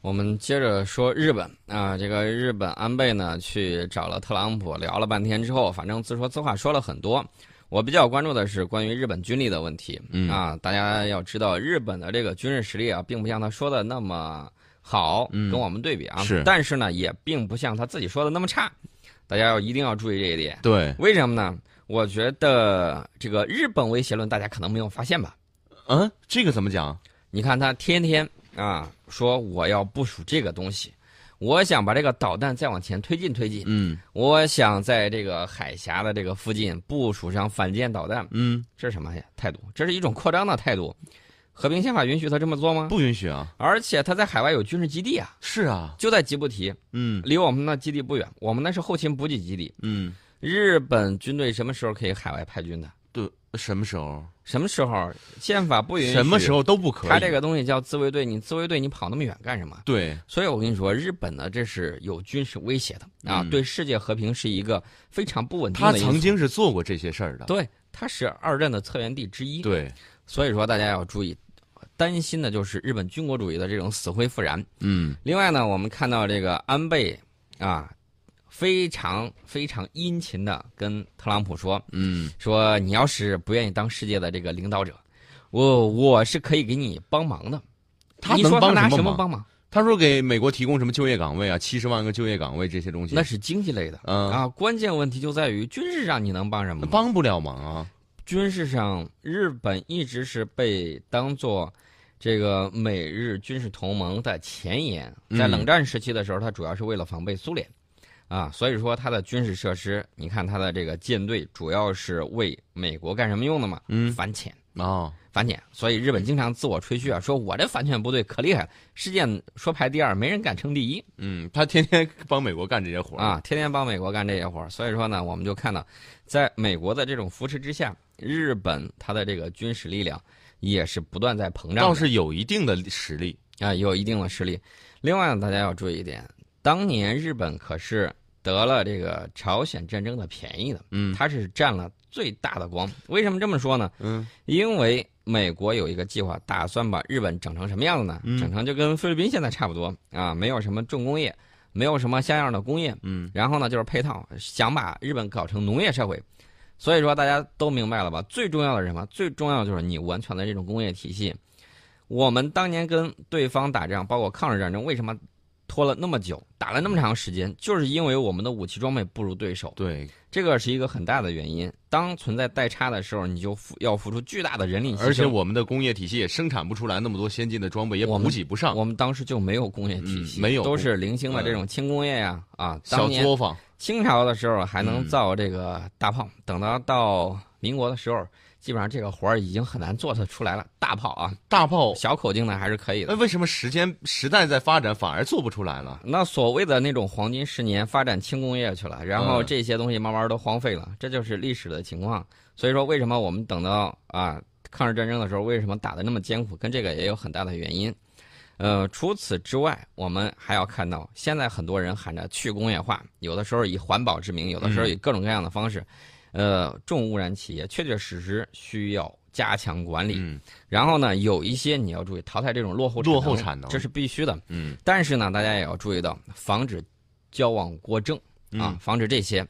我们接着说日本啊、这个日本安倍呢去找了特朗普聊了半天之后，反正自说自话说了很多。我比较关注的是关于日本军力的问题、嗯啊，大家要知道日本的这个军事实力啊，并不像他说的那么好，跟我们对比啊，是但是呢，也并不像他自己说的那么差，大家要一定要注意这一点。对，为什么呢？我觉得这个日本威胁论大家可能没有发现吧？嗯，这个怎么讲？你看他天天啊说我要部署这个东西，我想把这个导弹再往前推进推进，嗯我想在这个海峡的这个附近部署上反舰导弹，嗯，这是什么呀态度？这是一种扩张的态度。和平宪法允许他这么做吗？不允许啊。而且他在海外有军事基地啊，是啊，就在吉布提，嗯离我们那基地不远。我们那是后勤补给基地。嗯，日本军队什么时候可以海外派军的？对，什么时候？什么时候？宪法不允许。什么时？候都不可以。他这个东西叫自卫队，你自卫队你跑那么远干什么？对，所以我跟你说，日本呢这是有军事威胁的啊，嗯对世界和平是一个非常不稳定他的因素。曾经是做过这些事儿的。对，它是二战的策源地之一。，对，所以说大家要注意，担心的就是日本军国主义的这种死灰复燃。嗯另外呢，我们看到这个安倍啊，非常非常殷勤的跟特朗普说，嗯说你要是不愿意当世界的这个领导者，我我是可以给你帮忙的。他你能说他帮拿什么什么忙帮忙？他说给美国提供什么就业岗位啊，七十万个就业岗位这些东西，那是经济类的、嗯啊。关键问题就在于军事上你能帮什么忙？那帮不了忙啊。军事上，日本一直是被当做这个美日军事同盟的前沿。嗯在冷战时期的时候，它主要是为了防备苏联，啊，所以说它的军事设施，你看它的这个舰队主要是为美国干什么用的嘛？嗯反潜，啊，反潜。所以日本经常自我吹嘘啊，说我这反潜部队可厉害了，世界说排第二，没人敢称第一。嗯，他天天帮美国干这些活儿，啊，天天帮美国干这些活儿。所以说呢，我们就看到，在美国的这种扶持之下，日本它的这个军事力量也是不断在膨胀倒的，是有一定的实力。啊，有一定的实力。另外呢，大家要注意一点，当年日本可是得了这个朝鲜战争的便宜的，嗯它是占了最大的光。为什么这么说呢？嗯因为美国有一个计划，打算把日本整成什么样子呢？嗯整成就跟菲律宾现在差不多啊，没有什么重工业，没有什么像样的工业，嗯然后呢就是配套，想把日本搞成农业社会。所以说大家都明白了吧？最重要的是什么？最重要的就是你完全的这种工业体系。我们当年跟对方打仗，包括抗日战争，为什么拖了那么久，打了那么长时间，就是因为我们的武器装备不如对手，对，这个是一个很大的原因。当存在代差的时候，你就付要付出巨大的人力牺牲。而且我们的工业体系也生产不出来那么多先进的装备，也我们补给不上。我们当时就没有工业体系，嗯没有都是零星的这种轻工业呀、啊。当小年作坊，清朝的时候还能嗯造这个大炮，等到到民国的时候，基本上这个活儿已经很难做得出来了。大炮啊，大炮，小口径的还是可以那的。为什么时间时代在发展，反而做不出来了？那所谓的那种黄金十年，发展轻工业去了，然后嗯这些东西慢慢都荒废了，这就是历史的情况。所以说，为什么我们等到啊抗日战争的时候，为什么打得那么艰苦，跟这个也有很大的原因。呃，除此之外，我们还要看到，现在很多人喊着去工业化，有的时候以环保之名，有的时候嗯以各种各样的方式。呃，重污染企业确确实实需要加强管理。嗯然后呢，有一些你要注意淘汰这种落后落后产能这是必须的。嗯但是呢，大家也要注意到，防止矫枉过正啊，防止这些。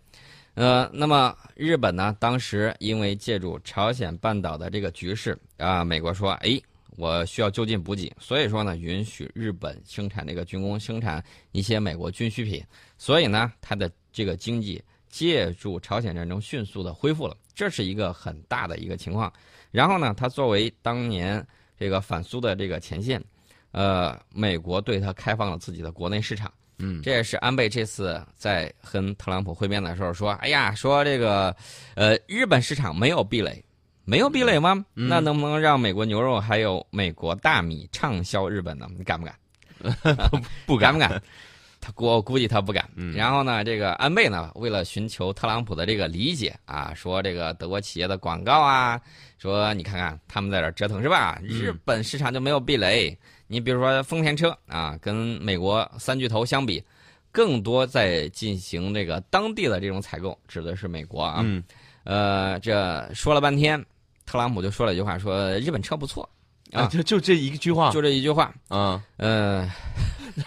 呃，那么日本呢，当时因为借助朝鲜半岛的这个局势啊、美国说，哎，我需要就近补给，所以说呢，允许日本生产这个军工，生产一些美国军需品，所以呢，它的这个经济借助朝鲜战争迅速的恢复了，这是一个很大的一个情况。然后呢，它作为当年这个反苏的这个前线，呃，美国对它开放了自己的国内市场。嗯，这也是安倍这次在跟特朗普会面的时候说：“哎呀，说这个，呃，日本市场没有壁垒，没有壁垒吗？那能不能让美国牛肉还有美国大米畅销日本呢？你敢不敢？不敢不敢敢？他估我估计他不敢。嗯然后呢，这个安倍呢，为了寻求特朗普的这个理解啊，说这个德国企业的广告啊，说你看看他们在这儿折腾是吧？嗯日本市场就没有壁垒。你比如说丰田车啊，跟美国三巨头相比，更多在进行这个当地的这种采购，指的是美国啊。嗯呃，这说了半天，特朗普就说了一句话，说日本车不错，啊就就这一句话就这一句话。啊， 呃，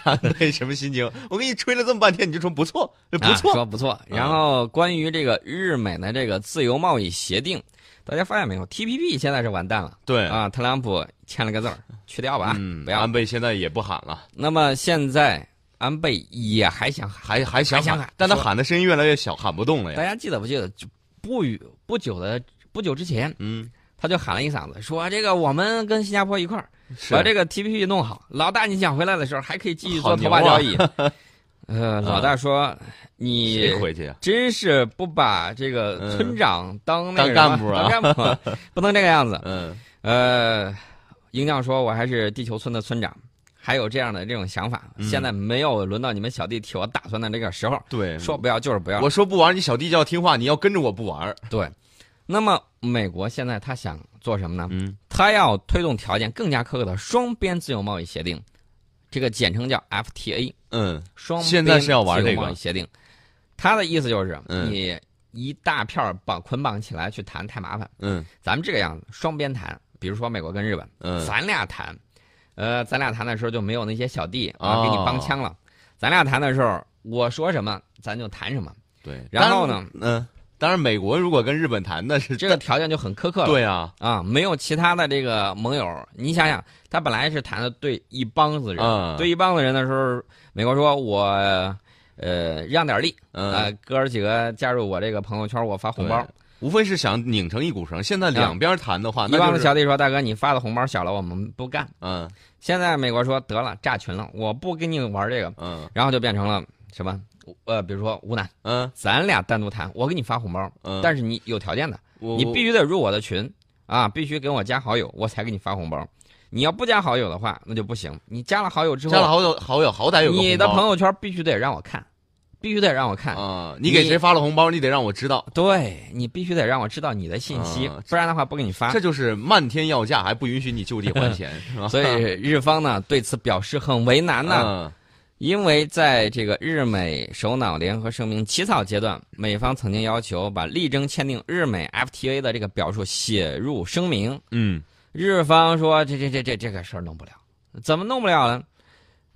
他那什么心情？我给你吹了这么半天，你就说不错， 不啊，错，嗯说不错。然后关于这个日美的这个自由贸易协定，大家发现没有？TPP 现在是完蛋了对，啊，特朗普签了个字儿，去掉吧，嗯，不要安。倍现在也不喊了，那么现在安倍也还想喊，还还想还想喊喊，但他说喊的声音越来越小，喊不动了大呀。家记得不记得？就不与不久的不久之前，嗯，他就喊了一嗓子，说这个我们跟新加坡一块儿是把这个 TPP 弄好。老大，你想回来的时候还可以继续好做牛头把交啊易。 呃，老大说你谁回去啊呀？真是不把这个村长当那个嗯当干什部么啊当干部， 不能这个样子。嗯，呃，营长说我还是地球村的村长，还有这样的这种想法。嗯现在没有轮到你们小弟替我打算的这个时候，对，说不要就是不要。嗯我说不玩，你小弟就要听话，你要跟着我不玩。对，那么美国现在他想做什么呢？嗯，他要推动条件更加苛刻的双边自由贸易协定，这个简称叫 FTA。嗯，双边现在是要玩这个自由贸易协定。他的意思就是，嗯你一大片儿绑捆绑起来去谈太麻烦，嗯，咱们这个样子双边谈，比如说美国跟日本，嗯，咱俩谈，呃，咱俩谈的时候就没有那些小弟啊、哦给你帮腔了，咱俩谈的时候我说什么咱就谈什么，对。然后呢当然？嗯，当然，美国如果跟日本谈，那是这个条件就很苛刻了。对啊，啊，没有其他的这个盟友，你想想，他本来是谈的对一帮子人，嗯对一帮子人的时候，美国说我呃让点力，啊，嗯，哥儿几个加入我这个朋友圈，我发红包。无非是想拧成一股绳。现在两边谈的话，啊一帮啊那就子是小弟说：“大哥，你发的红包小了，我们不干。嗯”现在美国说：“得了，炸群了，我不跟你玩这个。嗯”然后就变成了什么？呃，比如说吴楠，嗯咱俩单独谈，我给你发红包，嗯，但是你有条件的，我你必须得入我的群啊，必须给我加好友，我才给你发红包。你要不加好友的话，那就不行。你加了好友之加了后，好友，好友好歹有个你的红朋包友圈必须得让我看，必须得让我看。啊，你给谁发了红包，你得让我知道。对你必须得让我知道你的信息，啊不然的话不给你发。这就是漫天要价，还不允许你就地还 钱，是吧？所以日方呢对此表示很为难呢、嗯因为在这个日美首脑联合声明起草阶段，美方曾经要求把力争签订日美 FTA 的这个表述写入声明。嗯，日方说这这这这这个事儿弄不了，怎么弄不了呢？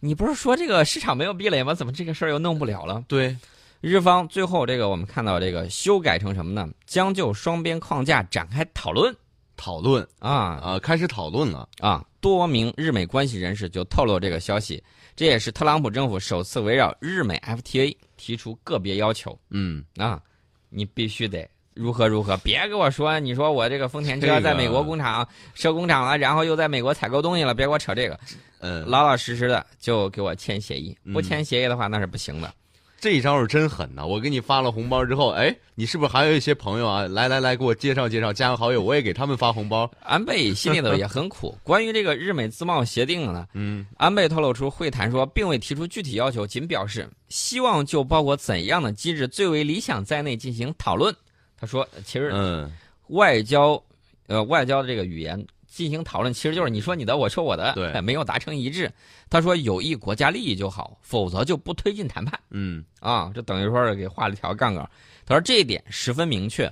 你不是说这个市场没有壁垒吗？怎么这个事儿又弄不了了？对，日方最后这个我们看到这个修改成什么呢？将就双边框架展开讨论讨论啊啊，开始讨论了。啊，多名日美关系人士就透露这个消息，这也是特朗普政府首次围绕日美 FTA 提出个别要求嗯，啊，你必须得如何如何，别给我说你说我这个丰田这车个在美国工厂设工厂了，然后又在美国采购东西了，别给我扯这个，嗯，老老实实的就给我签协议，嗯不签协议的话那是不行的。这一招是真狠呐！我给你发了红包之后，哎，你是不是还有一些朋友啊？来来来，给我介绍介绍，加个好友，我也给他们发红包。安倍心里头也很苦。关于这个日美自贸协定呢，嗯，安倍透露出会谈说，并未提出具体要求，仅表示希望就包括怎样的机制最为理想在内进行讨论。他说，呃其实嗯，外交，呃，外交的这个语言进行讨论，其实就是你说你的，我说我的，对哎没有达成一致。他说有益国家利益就好，否则就不推进谈判嗯，啊。这等于说是给画了一条杠杠。他说这一点十分明确。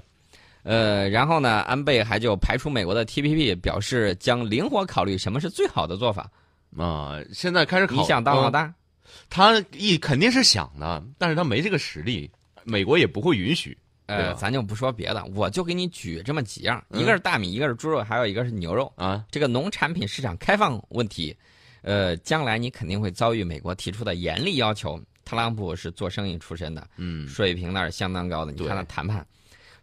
呃，然后呢，安倍还就排除美国的 TPP，表示将灵活考虑什么是最好的做法。啊，现在开始考。你想当老嗯大？他一肯定是想的，但是他没这个实力，美国也不会允许。对呃，吧咱就不说别的，我就给你举这么几样，嗯一个是大米，一个是猪肉，还有一个是牛肉。啊，这个农产品市场开放问题，呃，将来你肯定会遭遇美国提出的严厉要求。特朗普是做生意出身的，嗯，水平那是相当高的。你对看他谈判，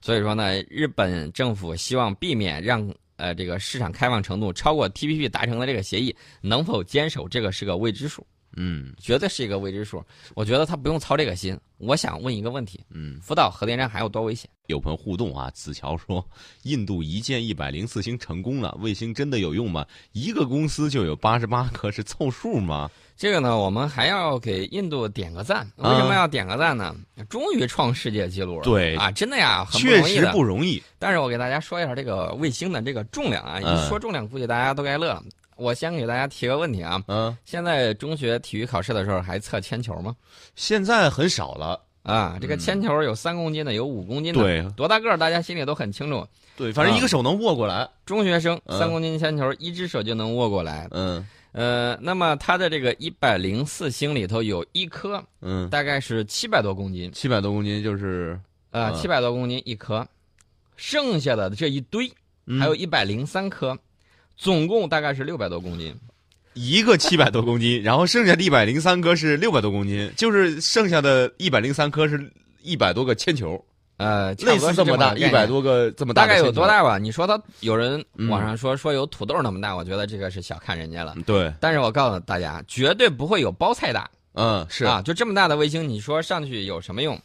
所以说呢，日本政府希望避免让呃这个市场开放程度超过 TPP 达成的这个协议，能否坚守这个是个未知数，嗯，绝对是一个未知数。我觉得他不用操这个心。我想问一个问题：嗯，福岛核电站还有多危险？有朋友互动啊，子乔说，印度一箭一百零四星成功了，卫星真的有用吗？一个公司就有八十八颗，是凑数吗？这个呢，我们还要给印度点个赞。为啊什么要点个赞呢？终于创世界纪录了。对啊，真的呀，很不确容易实的。不容易。但是我给大家说一下这个卫星的这个重量啊，嗯一说重量，估计大家都该乐了。我先给大家提个问题啊，嗯，现在中学体育考试的时候还测铅球吗？现在很少了。啊，这个铅球有三公斤的，有五公斤的，，嗯对多大个儿大家心里都很清楚。对，反正啊一个手能握过来。中学生嗯三公斤铅球，一只手就能握过来。嗯呃，那么它的这个一百零四星里头有一颗，嗯，大概是七百多公斤，七百多公斤就是呃，嗯七百多公斤一颗，剩下的这一堆嗯还有一百零三颗，总共大概是六百多公斤。一个七百多公斤，然后剩下的一百零三颗是六百多公斤，就是剩下的一百零三颗是一百多个铅球，呃，差类不多是似这这么大，个一概百念。多个这么大，大概有多？大吧？你说它有人嗯网上说、说有土豆那么大，我觉得这个是小看人家了。对，但是我告诉大家，绝对不会有包菜大嗯，是，啊！就这么大的卫星，你说上去有什么用？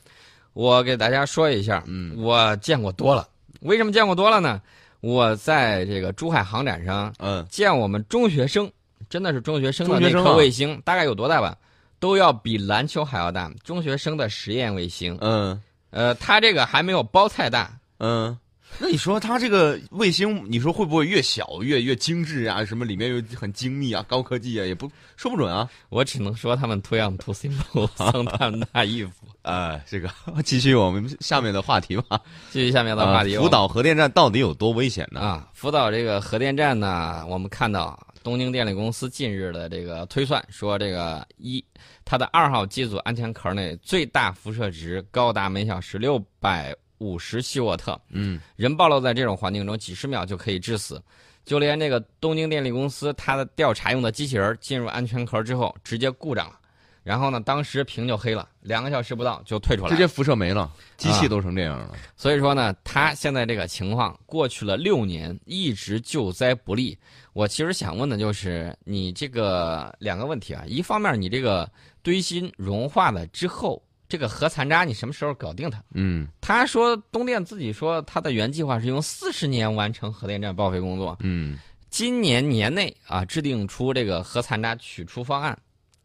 我给大家说一下，嗯，我见过多了。为什么见过多了呢？我在这个珠海航展上嗯，见我们中学生，真的是中学生的中学那生颗啊卫星，大概有多大吧？都要比篮球还要大。中学生的实验卫星，嗯，呃，它这个还没有包菜大，嗯。那你说它这个卫星，你说会不会越小越越精致啊？什么里面又很精密啊，高科技啊，也不说不准啊。我只能说他们 too young too simple，桑 塔纳一夫。呃，这个 继续我们下面的话题吧。继续下面的话题，呃福岛核电站到底有多危险我们呢？哦啊，福岛这个核电站呢，我们看到东京电力公司近日的这个推算说，这个一它的二号机组安全壳内最大辐射值高达每小时六百五十希沃特，嗯人暴露在这种环境中，几十秒就可以致死。就连这个东京电力公司，它的调查用的机器人进入安全壳之后，直接故障了。然后呢，当时屏就黑了，两个小时不到就退出嗯来了直。接辐射没了，机器啊都成这样了。所以说呢，他现在这个情况过去了六年，一直救灾不利。我其实想问的就是你这个两个问题啊，一方面你这个堆芯融化了之后，这个核残渣你什么时候搞定它？嗯他说东电自己说他的原计划是用四十年完成核电站报废工作，嗯今年年内啊制定出这个核残渣取出方案，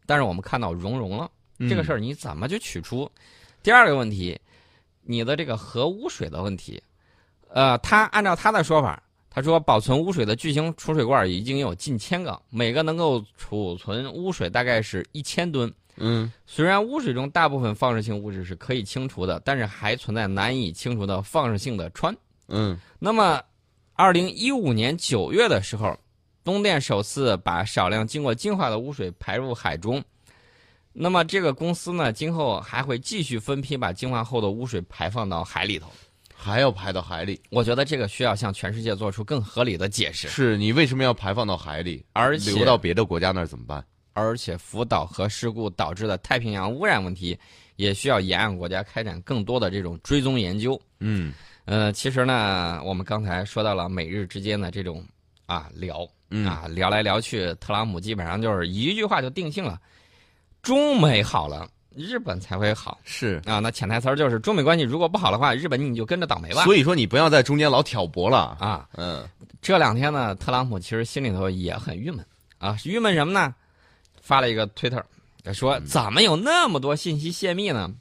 但是我们看到熔融了。嗯，这个事儿你怎么去取出？第二个问题，你的这个核污水的问题，呃，他按照他的说法，他说保存污水的巨型储水罐已经有近千个，每个能够储存污水大概是一千吨。嗯虽然污水中大部分放射性物质是可以清除的，但是还存在难以清除的放射性的氚。嗯那么，二零一五年九月的时候，东电首次把少量经过净化的污水排入海中。那么这个公司呢，今后还会继续分批把净化后的污水排放到海里头。还要排到海里，我觉得这个需要向全世界做出更合理的解释。是你为什么要排放到海里？而且流到别的国家那儿怎么办？而且福岛核事故导致的太平洋污染问题，也需要沿岸国家开展更多的这种追踪研究。嗯呃，其实呢，我们刚才说到了美日之间的这种啊聊，嗯啊聊来聊去，特朗普基本上就是一句话就定性了，中美好了，日本才会好是，啊。那潜台词儿就是中美关系如果不好的话，日本你就跟着倒霉吧。所以说你不要在中间老挑拨了。啊，嗯这两天呢，特朗普其实心里头也很郁闷啊，郁闷什么呢？发了一个推特，说嗯怎么有那么多信息泄密呢？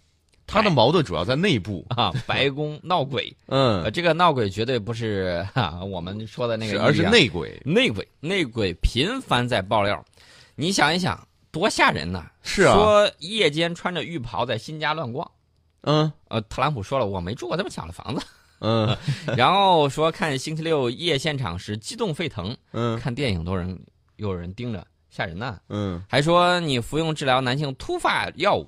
他的矛盾主要在内部。啊，白宫闹鬼，嗯呃，，这个闹鬼绝对不是哈、我们说的那个是意而是啊内鬼。内鬼，内鬼频繁在爆料，你想一想，多吓人呐！是啊说夜间穿着浴袍在新家乱逛。嗯呃，特朗普说了，我没住过这么小的房 子。呃嗯然后说看星期六夜现场时激动沸腾，嗯看电影都人有人盯着，吓人呐！嗯，还说你服用治疗男性突发药物，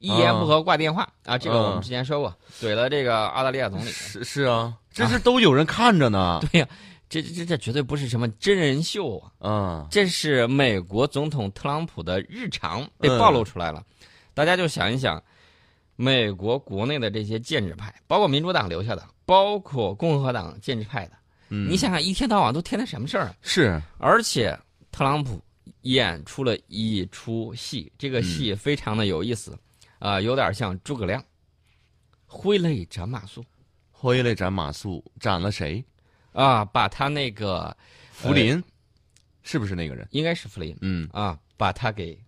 一言不合挂电话啊！这个我们之前说过，怼了这个澳大利亚总理。嗯是是啊，这是都有人看着呢。这这这这绝对不是什么真人秀啊！嗯这是美国总统特朗普的日常被暴露出来了，大家就想一想，美国国内的这些建制派，包括民主党留下的，包括共和党建制派的，嗯，你想想一天到晚都添的什么事儿啊？是而且特朗普演出了一出戏，这个戏嗯非常的有意思，啊、有点像诸葛亮挥泪斩马谡挥泪斩马谡，斩了谁？啊、把他那个福林，是不是那个人？应该是弗林嗯啊，把他给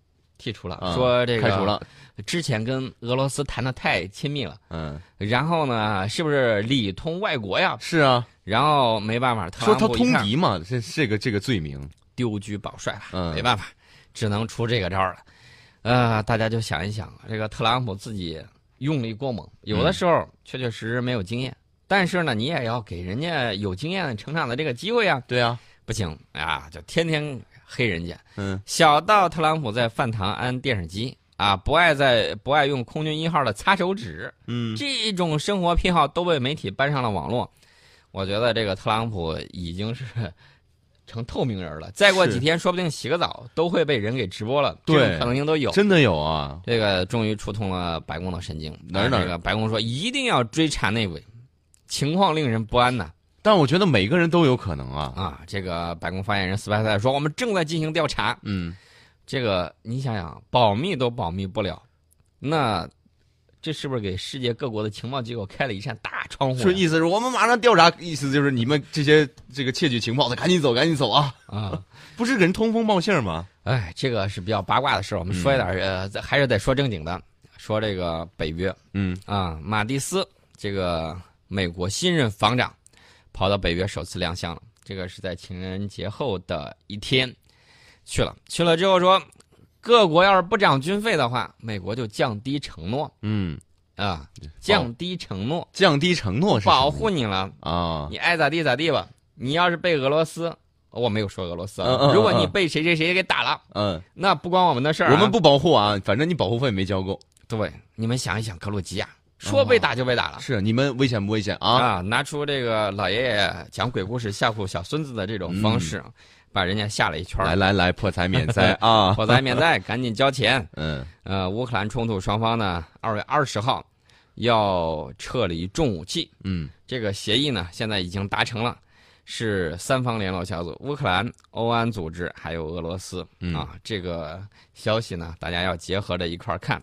剔除了，啊说这个开除了。之前跟俄罗斯谈的太亲密了，嗯，然后呢，是不是里通外国呀？是啊，然后没办法，特说朗他普一通看敌嘛，这这个这个罪名。丢车保帅了，嗯没办法，只能出这个招儿了。呃，大家就想一想，这个特朗普自己用力过猛，有的时嗯候确确实实没有经验，但是呢，你也要给人家有经验成长的这个机会呀。对啊，不行啊，就天天黑人家。嗯，小到特朗普在饭堂安电视机啊，不爱在不爱用空军一号的擦手纸，嗯，这种生活癖好都被媒体搬上了网络。我觉得这个特朗普已经是成透明人了，再过是几天说不定洗个澡都会被人给直播了，对这种可能性都有。真的有啊，这个终于触痛了白宫的神经，哪儿哎哪儿这个白宫说一定要追查内委，情况令人不安呐。但我觉得每个人都有可能啊，啊，这个白宫发言人斯派塞说，我们正在进行调查。嗯，这个你想想，保密都保密不了，那这是不是给世界各国的情报机构开了一扇大窗户是呀？意思是我们马上调查，意思就是你们这些这个窃取情报的赶紧走，赶紧走啊，啊，不是给人通风报信儿吗？哎，这个是比较八卦的事儿，我们说一点儿、呃，还是得说正经的，说这个北约嗯啊，马蒂斯这个美国新任防长跑到北约首次亮相了，这个是在情人节后的一天去了，去了之后说，各国要是不涨军费的话，美国就降低承诺嗯，啊，降低承诺，降低承诺是什么保护你了，啊，你爱咋地咋地吧。你要是被俄罗斯，我没有说俄罗斯嗯嗯啊，嗯如果你嗯被谁谁谁给打了，嗯，那不关我们的事儿、啊，我们不保护啊，反正你保护费没交够，对，你们想一想，格鲁吉亚说被打就被打了。是啊你们危险不危险啊？啊，拿出这个老爷爷讲鬼故事吓唬小孙子的这种方式，把人家吓了一圈来儿。来来，破财免 灾啊，火灾免灾，赶紧交钱。嗯呃，乌克兰冲突双方呢，二月二十号要撤离重武器，嗯这个协议呢现在已经达成了，是三方联络小组，乌克兰、欧安组织还有俄罗斯嗯啊。这个消息呢，大家要结合着一块儿看。